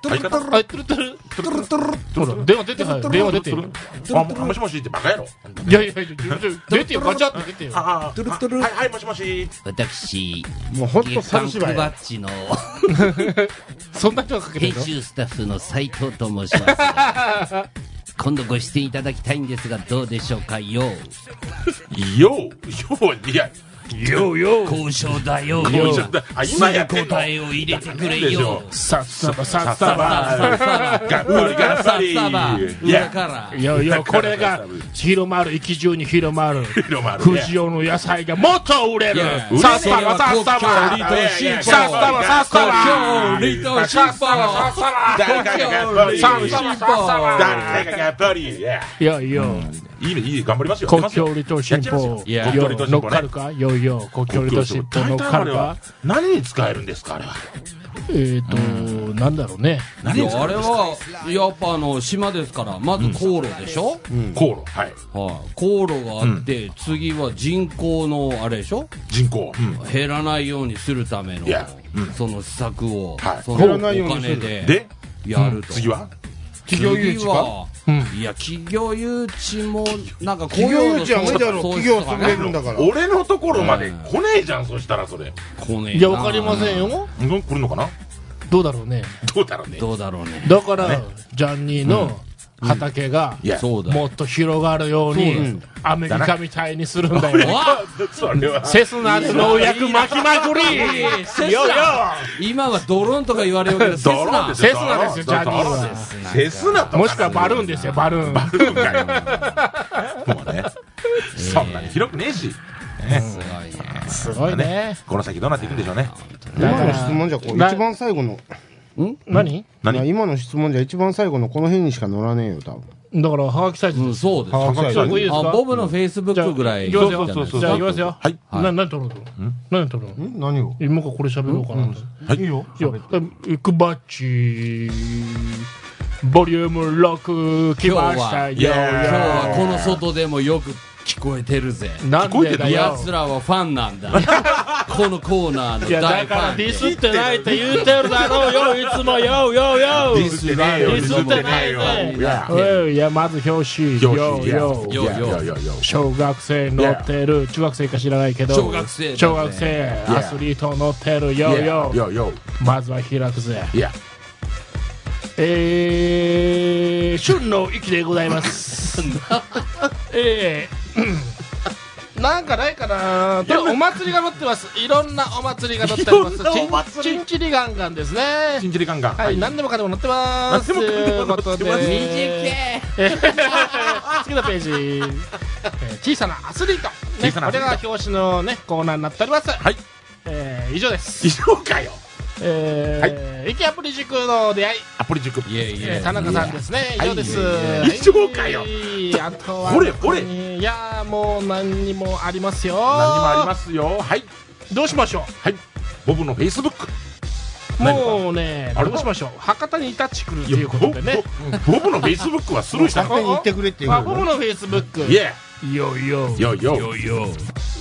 Speaker 2: 相方
Speaker 1: あトゥルトゥルトゥルトゥルほら電話出てはい電話出てよ
Speaker 2: あももしもしってバカやろ
Speaker 1: いやいやいや出てよガチャって出てよ
Speaker 2: あああはいはいもしもし
Speaker 5: 私、
Speaker 4: もう本当
Speaker 5: 月刊
Speaker 4: 猿
Speaker 5: ク
Speaker 4: 芝居
Speaker 5: バッチの
Speaker 1: そんな人がかけて
Speaker 5: 編
Speaker 1: るの
Speaker 5: 集スタッフの斉藤と申しますが。今度ご出演いただきたいんですが、どうでしょうかよ。
Speaker 2: ようよういや
Speaker 5: 交渉だよ。
Speaker 2: ようじゃあ今やってんの
Speaker 5: 答えを入れてくれ
Speaker 2: でしょ
Speaker 5: よ。
Speaker 1: さっさばさっ
Speaker 2: サ
Speaker 1: さ
Speaker 2: バ
Speaker 1: ば
Speaker 2: がっぽりがっぱりい
Speaker 3: 裏
Speaker 2: や
Speaker 3: から
Speaker 1: いやいやこれが広まる生き中に広まる
Speaker 2: 広まるね
Speaker 1: 藤尾の野菜がもっと売れる
Speaker 3: いや
Speaker 1: さっさばさっさ
Speaker 3: 売れ
Speaker 1: ば
Speaker 3: てるよ
Speaker 2: さっ
Speaker 1: さっさばさっさば
Speaker 3: 故郷離島新報
Speaker 2: 誰かががっぽり
Speaker 1: さっさばさっさば
Speaker 2: 誰かががっぽりいや
Speaker 1: いやいや
Speaker 2: いいねいい頑張りますよ
Speaker 1: 国境離島新報
Speaker 3: いや
Speaker 2: 国境離島新
Speaker 1: 乗っ
Speaker 2: 報
Speaker 1: か
Speaker 2: ね
Speaker 1: るかいやいや国境離島新報乗
Speaker 2: 大
Speaker 1: っ
Speaker 2: 体
Speaker 1: か
Speaker 2: あ
Speaker 1: る
Speaker 2: れ
Speaker 1: か
Speaker 2: は何に使えるんですかあれは
Speaker 1: えっとなんだろうね
Speaker 2: 何
Speaker 3: い
Speaker 2: に使
Speaker 3: や
Speaker 2: え
Speaker 3: あ
Speaker 2: る
Speaker 3: れ
Speaker 2: んですか
Speaker 3: はやっぱあの島ですからまず航路でしょ、
Speaker 2: 航路はい
Speaker 3: はい、航路があって、次は人口のあれでしょ
Speaker 2: 人口うん
Speaker 3: 減らないようにするための
Speaker 2: いやうん
Speaker 3: その施策を、
Speaker 2: はい
Speaker 3: そ
Speaker 4: 減
Speaker 3: のお
Speaker 4: らないようにす
Speaker 3: 金
Speaker 4: る
Speaker 3: で
Speaker 2: で
Speaker 3: やると、
Speaker 2: 次は
Speaker 3: 企
Speaker 4: 業誘致か
Speaker 3: いや企業誘致もなんか
Speaker 4: 企業誘致は無理だろう
Speaker 3: そう
Speaker 4: 企
Speaker 3: いう
Speaker 4: 業
Speaker 3: 人が
Speaker 4: 潰
Speaker 3: ね
Speaker 4: れるんだから
Speaker 2: 俺のところまで来ねえじゃんそしたらそれ
Speaker 3: 来ねえない
Speaker 1: やわかりませんよ
Speaker 2: うん来るのかな
Speaker 1: どうだろうね
Speaker 2: どうだろうね
Speaker 3: どうだろうね
Speaker 1: だからジャンニーの畑が
Speaker 2: いや
Speaker 3: そうだ
Speaker 1: もっと広がるようにうんアメリカみたいにするんだよ
Speaker 3: わ
Speaker 2: それは
Speaker 1: セスナーで農薬巻きまく
Speaker 3: いやいやセスナ
Speaker 1: り
Speaker 3: ー
Speaker 1: よよ
Speaker 3: 今はドローンとか言われ るけどセス
Speaker 2: ドローン
Speaker 3: ナ
Speaker 2: ですよ
Speaker 1: セスナですよ
Speaker 2: ド
Speaker 1: ジ
Speaker 2: ローン
Speaker 1: ャニーは
Speaker 2: ドローンですセスナと
Speaker 1: もしくはバルーンですよバルーン
Speaker 2: バルーンかよもうねそんなに広くねえし
Speaker 3: すごいね
Speaker 1: すごいね
Speaker 2: この先どうなっていくんでしょうね
Speaker 4: 今の質問じゃこう
Speaker 1: な
Speaker 4: 一番最後の
Speaker 1: 何
Speaker 4: いや
Speaker 2: 何
Speaker 4: 今の質問じゃ一番最後のこの辺にしか乗らねえよ多分
Speaker 1: だからはがきサイズ
Speaker 3: うんそうです
Speaker 4: は
Speaker 3: あ
Speaker 2: サ
Speaker 4: がきサ
Speaker 2: イ
Speaker 4: イ
Speaker 2: ズ
Speaker 4: ズ
Speaker 1: これいいですか
Speaker 3: ボブのフェイスブックぐらい
Speaker 1: じゃあ行きますよ
Speaker 3: じゃないですか
Speaker 1: じゃあ行きますよ
Speaker 2: はい
Speaker 1: な何取るの何取るの
Speaker 4: 何を
Speaker 1: 今からこれ喋ろうかなと
Speaker 2: いいよ
Speaker 1: いや、クバッチ、ボリューム6来ました
Speaker 2: 今日
Speaker 1: よ。
Speaker 2: は
Speaker 3: 今日はこの外でもよく聞こえてるぜ
Speaker 1: なんでだよ
Speaker 3: や。つらはファンなんだこのコーナーの
Speaker 1: いや、だ
Speaker 3: 大フ
Speaker 1: から
Speaker 3: ァン
Speaker 1: ディ
Speaker 3: で
Speaker 1: スってないって言うてるだろうよ、いつもよ、よ、よ。
Speaker 2: ディスってねえよ
Speaker 1: ディスってねえよ
Speaker 2: いや
Speaker 1: おいいや、まず表紙、よ、
Speaker 2: いや
Speaker 1: よ。
Speaker 2: いやいやいやいや
Speaker 1: 小学生乗ってる、中学生か知らないけど、
Speaker 3: 小学生だぜ
Speaker 1: 小学生アスリート乗ってる、よ、よ。
Speaker 2: よよ
Speaker 1: まずは開くぜ。
Speaker 2: いや
Speaker 1: えー、旬の息でござい ます。えー、なんかないかなとお祭りが乗ってます。いろんなお祭りが乗っており
Speaker 2: いろんなお
Speaker 1: ま
Speaker 2: 祭
Speaker 1: す。
Speaker 2: り
Speaker 1: ちんちんちりガンガンですね。
Speaker 2: チンチリガンガン
Speaker 1: はい、何でもかんでも乗ってます。と
Speaker 2: 何で
Speaker 1: いうこ
Speaker 2: もかんでも乗
Speaker 1: と
Speaker 2: って
Speaker 1: で、
Speaker 2: ます
Speaker 1: えー次のページ、えー小さなアスリート、ね、
Speaker 2: 小さなア
Speaker 1: こ
Speaker 2: スリ
Speaker 1: れ
Speaker 2: ート
Speaker 1: が表紙のねコーナーになっております。
Speaker 2: はい
Speaker 1: えー以上です。
Speaker 2: 以上かよ
Speaker 1: えー、池アプリ塾の出会い。
Speaker 2: アポリ塾
Speaker 3: いやい
Speaker 1: えー
Speaker 3: や
Speaker 1: 田中さんですね、以上です。
Speaker 2: い以上かよ
Speaker 1: はいあとは、
Speaker 2: これこれ
Speaker 1: いやー、もう何にもありますよ。
Speaker 2: 何にもありますよはい
Speaker 1: す。どうしましょ
Speaker 2: はいボブのフェイスブック
Speaker 1: う。
Speaker 2: ないのか
Speaker 1: もうね、
Speaker 2: あれ
Speaker 1: どうしましょう。博多にタッチ来るっていうことでね。
Speaker 2: ボボブのフェイスブックはスルーし た
Speaker 4: 勝
Speaker 2: の
Speaker 4: 手に言ってくれっていう
Speaker 1: まあ、僕のフェイスブック。
Speaker 2: いや
Speaker 1: よいよ。
Speaker 2: よよ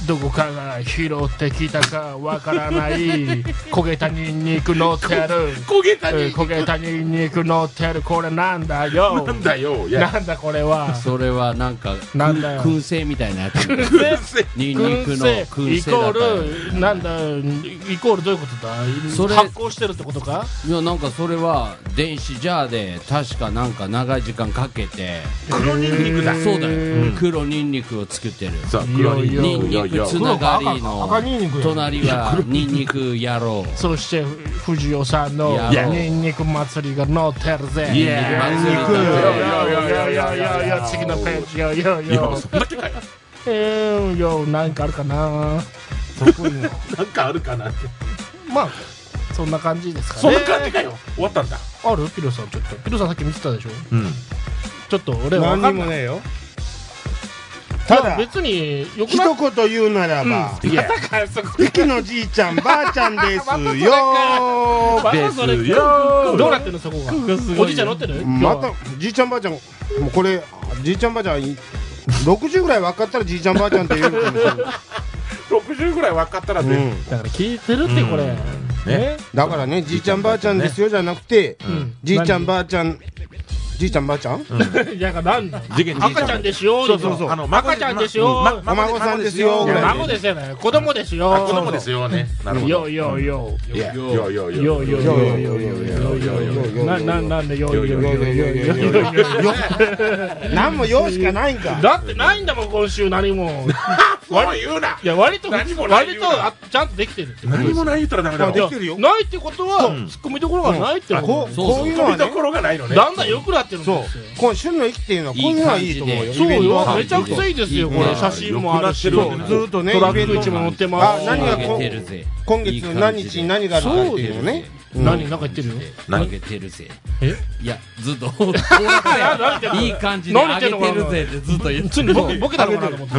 Speaker 1: どこから拾ってきたかわからない。焦げたニンニク乗ってる。
Speaker 2: 焦げた
Speaker 1: えー
Speaker 2: に
Speaker 1: 焦げたニンニク乗ってる。これなんだよ。
Speaker 2: なんだよいや
Speaker 1: なんだこれは。
Speaker 3: それはなんか
Speaker 1: なんだよ
Speaker 3: 燻製みたいなやつ
Speaker 2: 燻製
Speaker 3: ニンニ
Speaker 1: 燻
Speaker 3: クの
Speaker 1: 製
Speaker 3: 燻
Speaker 1: イ
Speaker 3: 製
Speaker 1: コ
Speaker 3: だったよ
Speaker 1: ールなんだイコールどういうことだ
Speaker 3: それ
Speaker 1: 発行してるってことか
Speaker 3: いやなんかそれは電子ジャーで確かなんか長い時間かけて
Speaker 2: 黒ニンニクだ
Speaker 3: そうだよ黒ニンニクを作ってる
Speaker 2: そう黒ニン
Speaker 3: ニ
Speaker 2: ニ
Speaker 3: ン
Speaker 2: クよ
Speaker 3: ニク
Speaker 2: よ
Speaker 3: つながり
Speaker 4: 黒赤赤ニンニク
Speaker 3: の
Speaker 4: や
Speaker 3: 隣はニンニク野郎
Speaker 1: そしてふ藤尾さんの
Speaker 3: いや
Speaker 1: ニンニク祭りが乗ってるぜ
Speaker 3: ニン
Speaker 1: い
Speaker 3: ニク
Speaker 1: や
Speaker 3: 祭りだ
Speaker 1: いやいや
Speaker 3: ぜ
Speaker 1: いやいやいや次のページよいやい
Speaker 2: いや
Speaker 1: や
Speaker 2: そんだけかよ
Speaker 1: えーよなんかあるかな
Speaker 2: なんかあるかなって
Speaker 1: まあそんな感じですか
Speaker 2: そん
Speaker 1: ね
Speaker 2: な感じかよ終わったんだ
Speaker 1: あるピロさんちょっとピロさんさっき見てたでしょ
Speaker 2: うん
Speaker 1: ちょっと俺は分
Speaker 4: 何
Speaker 1: か
Speaker 4: に
Speaker 1: んな
Speaker 4: も
Speaker 1: い
Speaker 4: ねえよ
Speaker 1: ま
Speaker 4: た
Speaker 1: あ
Speaker 4: だ
Speaker 1: 別によく
Speaker 4: 一
Speaker 1: ない
Speaker 4: 言言うならば
Speaker 1: いやだからそこ
Speaker 4: ゆきのじいちゃんばあちゃんですよ
Speaker 1: また
Speaker 2: です
Speaker 1: それ
Speaker 2: よ
Speaker 1: どうなってるのそこがおじいちゃん乗ってる
Speaker 4: またじいちゃんばあちゃんもうこれじいちゃんばあちゃんい60ぐらい分かったらじいちゃんばあちゃんって言うかもしれない
Speaker 2: 60ぐらい分かったら
Speaker 4: う
Speaker 2: 全
Speaker 4: ん
Speaker 1: だから聞いてるってこれね
Speaker 4: だからねじいちゃんばあちゃんですよじゃなくて
Speaker 1: ん
Speaker 4: じいちゃんばあちゃんじいちゃんばあちゃん
Speaker 1: いやなんだ
Speaker 2: 次元
Speaker 1: 赤ちゃんですよ
Speaker 2: そうそうそう
Speaker 1: あの赤ちゃんですよ
Speaker 2: まま
Speaker 4: お孫さんですよぐらい
Speaker 1: 孫ですよね子供ですよ
Speaker 2: あ子供ですよねなるほど
Speaker 1: よよよ
Speaker 2: いやよよ
Speaker 1: よよよよよよよなななんでよよよよよよよ
Speaker 4: 何も用しかないんか
Speaker 1: だってないんだもん今週何も
Speaker 2: 悪い言うない
Speaker 1: や割と
Speaker 2: 何もない
Speaker 1: 割とあちゃんとできてる
Speaker 2: 何もない言ったらダメだ
Speaker 4: あで
Speaker 2: ろ
Speaker 4: きてるよ
Speaker 1: ないってことは
Speaker 2: うん
Speaker 1: ツッコミどころがないってこと
Speaker 4: こうこういう
Speaker 2: 飛
Speaker 4: のは
Speaker 2: びど
Speaker 4: ね
Speaker 2: ころがないのね
Speaker 1: だんだん良くなってるん
Speaker 4: そう
Speaker 1: ですよ
Speaker 4: こう旬の息っていうのはこういうのはいいと思うよ
Speaker 3: いい感
Speaker 1: そ
Speaker 4: イベン
Speaker 1: う
Speaker 4: トは
Speaker 1: よ、めちゃくちゃいいですよ、こ
Speaker 4: う
Speaker 1: れ、
Speaker 4: ん
Speaker 1: 写真もあるし、
Speaker 2: 良くなってるわけね
Speaker 1: ず
Speaker 4: ず
Speaker 1: っ
Speaker 4: っとね
Speaker 1: とトラ
Speaker 4: イベ
Speaker 1: ッ
Speaker 4: ン
Speaker 1: ク
Speaker 4: ト
Speaker 1: 一も載ってま
Speaker 4: あ
Speaker 1: す。
Speaker 4: 何が
Speaker 3: 上
Speaker 4: こ
Speaker 3: げてるぜ
Speaker 4: 今月の何日に何があるかっていうのね
Speaker 1: うん何、なんか言ってるよ。
Speaker 3: 上げてるぜ
Speaker 1: え
Speaker 3: いやずっ とこうやって
Speaker 1: 何言ってんの
Speaker 3: いい感じで上
Speaker 1: 何言ってんの
Speaker 3: げて
Speaker 1: かな
Speaker 3: るぜってずっと言って
Speaker 1: ついにボケボケだろうなと思って。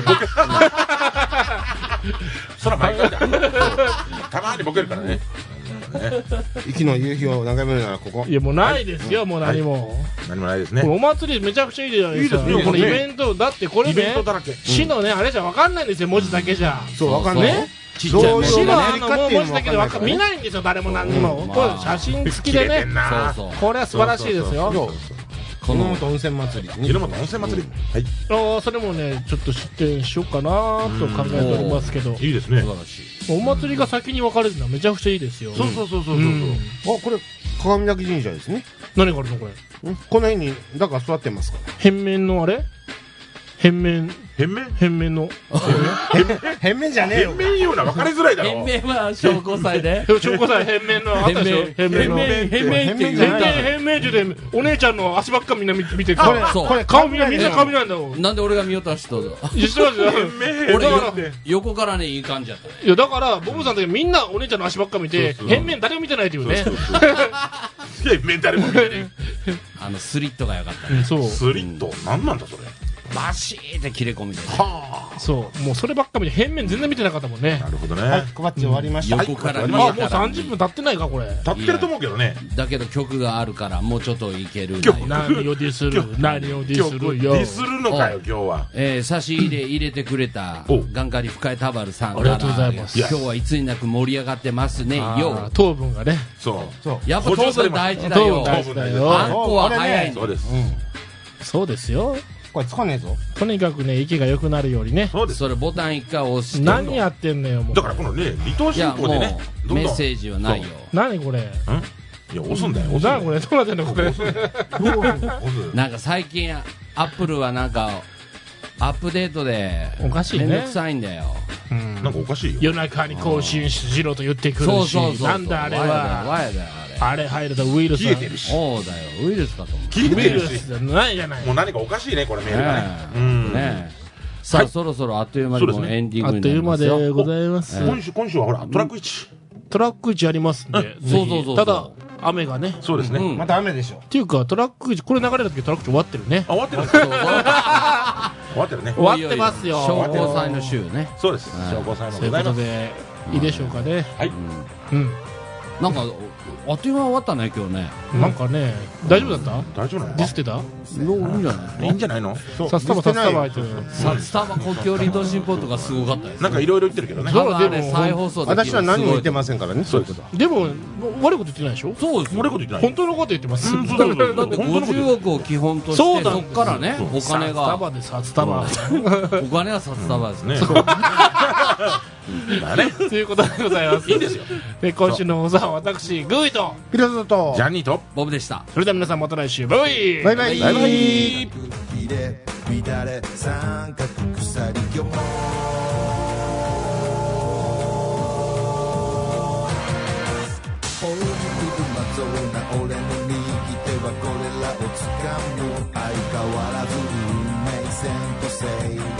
Speaker 2: そら毎回だたまにボケるからね
Speaker 4: 息の夕日を眺めるならここ
Speaker 1: いや、もうないですよ、もう何も。
Speaker 2: 何もないです
Speaker 1: これ
Speaker 2: ね
Speaker 1: お祭りめちゃくちゃいいじゃないです
Speaker 2: い
Speaker 1: か。
Speaker 2: いですね
Speaker 1: このイベント、だってこれ
Speaker 2: イベ
Speaker 1: ね
Speaker 2: ント、だらけ
Speaker 1: 市のね、あれじゃ分かんないんですよ、文字だけじゃ。
Speaker 4: そうわかんない
Speaker 1: ね
Speaker 3: ちっちゃい
Speaker 4: ど
Speaker 3: もの
Speaker 4: うい
Speaker 1: 市
Speaker 4: う
Speaker 1: の
Speaker 4: や
Speaker 1: あ
Speaker 4: り
Speaker 1: の
Speaker 4: 方ってい
Speaker 1: 文
Speaker 4: う
Speaker 1: 字
Speaker 4: の
Speaker 1: だけで
Speaker 4: わ
Speaker 1: わか
Speaker 4: かんない
Speaker 1: 見
Speaker 4: からね
Speaker 1: ないんですよ、誰も何にも。
Speaker 3: まあ
Speaker 1: これ写真付きで
Speaker 2: 切れ
Speaker 1: ね
Speaker 2: てん。
Speaker 3: そう
Speaker 2: な
Speaker 3: そう
Speaker 1: これは素晴らしいですよ。
Speaker 4: そう
Speaker 3: こ
Speaker 4: 熊
Speaker 3: の
Speaker 4: 本温泉祭りに
Speaker 2: 昼間の温泉祭りはい
Speaker 1: ああそれもねちょっと出店しようかなと考えておりますけど
Speaker 2: いいですね
Speaker 3: 素晴らしい
Speaker 1: お祭りが先に分かれるのはめちゃくちゃいいですよ
Speaker 2: そうそうそうそうそう
Speaker 1: うん
Speaker 4: あこれ鏡崎神社ですね
Speaker 1: 何があるのこれ
Speaker 4: んこの辺にだから座ってますか
Speaker 1: 変面のあれ変面
Speaker 2: 変面
Speaker 1: 変面の
Speaker 4: ら変面じゃねえよ
Speaker 2: 変面言うな分かりづらいだろ
Speaker 3: 変面は証拠祭で
Speaker 1: 証拠さん変面のあったでしょ変
Speaker 3: 変
Speaker 1: 面
Speaker 3: 面
Speaker 1: の
Speaker 3: 変面変面って言
Speaker 4: 変面じゃ
Speaker 3: う
Speaker 1: 変
Speaker 4: ない
Speaker 3: な
Speaker 1: 面変面中でお姉ちゃんの足ばっかみんな見て見てる
Speaker 4: これ
Speaker 3: そう
Speaker 4: これ
Speaker 1: 顔みんなみんな顔見
Speaker 4: ない
Speaker 1: ないんだもん
Speaker 3: なんで俺が見落としたの
Speaker 1: 知ってますよ
Speaker 3: 俺
Speaker 1: だから
Speaker 3: よ横からねいい感じやった
Speaker 1: いやだからボブさんだけみんなお姉ちゃんの足ばっか見て
Speaker 2: そうそう
Speaker 1: 変面誰も見てないというね
Speaker 2: 変面誰も見てない
Speaker 3: あのスリットが良かった
Speaker 1: うんそう
Speaker 2: スリット何なんだそれ
Speaker 3: バシーって切れ込みで
Speaker 1: そうもうそればっか見て変面全然見てなかったもんね
Speaker 2: なるほど
Speaker 4: はい
Speaker 2: ね
Speaker 4: 小鉢終わりました
Speaker 3: 横から
Speaker 1: あ
Speaker 3: 見
Speaker 1: もう
Speaker 3: たら
Speaker 1: 30分経ってないかこれ
Speaker 2: 立ってると思うけどね
Speaker 3: だけど曲があるからもうちょっといける
Speaker 2: 曲
Speaker 3: なよ
Speaker 1: 何をディスる何をディ
Speaker 2: 今
Speaker 1: ス
Speaker 2: 日
Speaker 1: る
Speaker 2: デ
Speaker 1: よ
Speaker 2: ィスるのかよ今日は
Speaker 3: えー、差し入れ入れてくれた
Speaker 2: お
Speaker 3: 眼ンカリ深井田丸さん
Speaker 1: ありがとうございます
Speaker 3: から今日はいつになく盛り上がってますね
Speaker 1: あー
Speaker 3: よ
Speaker 1: 糖分がね
Speaker 2: そう
Speaker 4: そう
Speaker 3: やっぱ当分大事だ
Speaker 1: 糖分
Speaker 3: よ
Speaker 1: 大事だ
Speaker 3: あん
Speaker 1: よ
Speaker 3: こは早いの
Speaker 2: そうです
Speaker 1: そうですよ
Speaker 4: これつかねえぞ
Speaker 1: とにかくね息が良くなるようにね
Speaker 2: そうです
Speaker 3: それボタン一回押して
Speaker 1: 何やってんのよもう
Speaker 2: だからこのね離島
Speaker 3: い
Speaker 2: 進
Speaker 3: や
Speaker 2: 行
Speaker 3: もう
Speaker 2: でねどん
Speaker 3: メ
Speaker 2: どん
Speaker 3: ッセージはないよ
Speaker 1: 何これ
Speaker 2: いや押すんだよ押すんだ
Speaker 1: 何
Speaker 2: よ
Speaker 1: これどうなってんのこれ
Speaker 2: 押す
Speaker 3: なんか最近アップルはなんかアップデートで
Speaker 1: おかしいね
Speaker 3: めんどくさいんだよ
Speaker 2: なんかおかしいよ
Speaker 1: 夜中に更新しろと言ってく
Speaker 3: そ
Speaker 1: る
Speaker 3: う
Speaker 1: し
Speaker 3: そうそうそう
Speaker 1: なんだあれは
Speaker 3: わやだよわやだよ
Speaker 1: あれ入るとウイルスだ
Speaker 2: 消えてるし
Speaker 3: あれおうだよウイルスかと思う
Speaker 2: 消え
Speaker 1: ウ
Speaker 2: て
Speaker 1: イル
Speaker 2: る
Speaker 1: ス
Speaker 2: し
Speaker 1: じゃないじゃない
Speaker 2: もう何かおかしいねこれメールがね
Speaker 3: ね
Speaker 2: う
Speaker 3: えね
Speaker 2: ん
Speaker 3: えさあ、そろそろあっという間にも
Speaker 2: そ
Speaker 3: う
Speaker 2: うですね
Speaker 3: エンディ
Speaker 1: あ
Speaker 3: ング
Speaker 1: っ
Speaker 3: に
Speaker 1: とい
Speaker 3: な
Speaker 1: う
Speaker 3: り
Speaker 1: 間
Speaker 3: ます
Speaker 1: で
Speaker 3: よ
Speaker 1: ございます
Speaker 2: 今週今週はほらトラック1
Speaker 1: トラック1ありますんでぜひ
Speaker 3: そうそうそうそう
Speaker 1: ただ雨がねっ
Speaker 2: そうですね
Speaker 3: うん
Speaker 4: また雨でしょ
Speaker 1: ていうかトラック1これ流れた時トラック1終わってるね
Speaker 2: あ終わってる終わってるね
Speaker 1: 終わってますよ
Speaker 3: 商工祭の週ね
Speaker 2: そうです証拠さんも
Speaker 1: とい
Speaker 2: ご
Speaker 1: うこ
Speaker 2: ざいま
Speaker 1: と
Speaker 2: す
Speaker 1: でいいでしょうかね
Speaker 2: はい
Speaker 1: うん
Speaker 3: なんかあっという間に終わったね今日ね
Speaker 1: なんかね大丈夫だった
Speaker 2: 大丈夫なの
Speaker 1: ディスってた
Speaker 3: どういいんじゃない
Speaker 2: いいんじゃないの
Speaker 4: そう
Speaker 1: さすたば
Speaker 4: 見捨
Speaker 1: さす
Speaker 4: てない
Speaker 1: たば入
Speaker 4: よ
Speaker 1: ってる
Speaker 3: さスタバ国境離島新報とかすごかったです
Speaker 2: なんかいろいろ言ってるけどね
Speaker 1: そう
Speaker 3: ただ
Speaker 1: で
Speaker 3: ね
Speaker 1: も
Speaker 3: 再放送で
Speaker 4: 私は何も言ってますせんからね
Speaker 2: そうです
Speaker 1: でも悪いこと言ってないでしょ
Speaker 3: そうですよ
Speaker 2: 俺こと言ってない
Speaker 1: 本当のこと言ってます
Speaker 2: うんそうそうそう
Speaker 3: だって
Speaker 2: 本当のこと言
Speaker 3: 50億を基本として
Speaker 1: そうだ
Speaker 3: そっからねお金
Speaker 1: 札
Speaker 3: が
Speaker 1: 束で札束
Speaker 3: お金が札束ですね
Speaker 2: ねまあね
Speaker 1: ということでございます
Speaker 2: いいんですよ
Speaker 1: で今週の放送は私グーと
Speaker 4: ピロソと
Speaker 2: ジャニーと
Speaker 3: ボブでした
Speaker 1: それでは皆さんまた来週バイ
Speaker 4: バイバイ
Speaker 3: バイバイ
Speaker 6: 空気で乱れ三角鎖魚本気不満そうな俺の右手はこれらを掴む相変わらず運命線と正義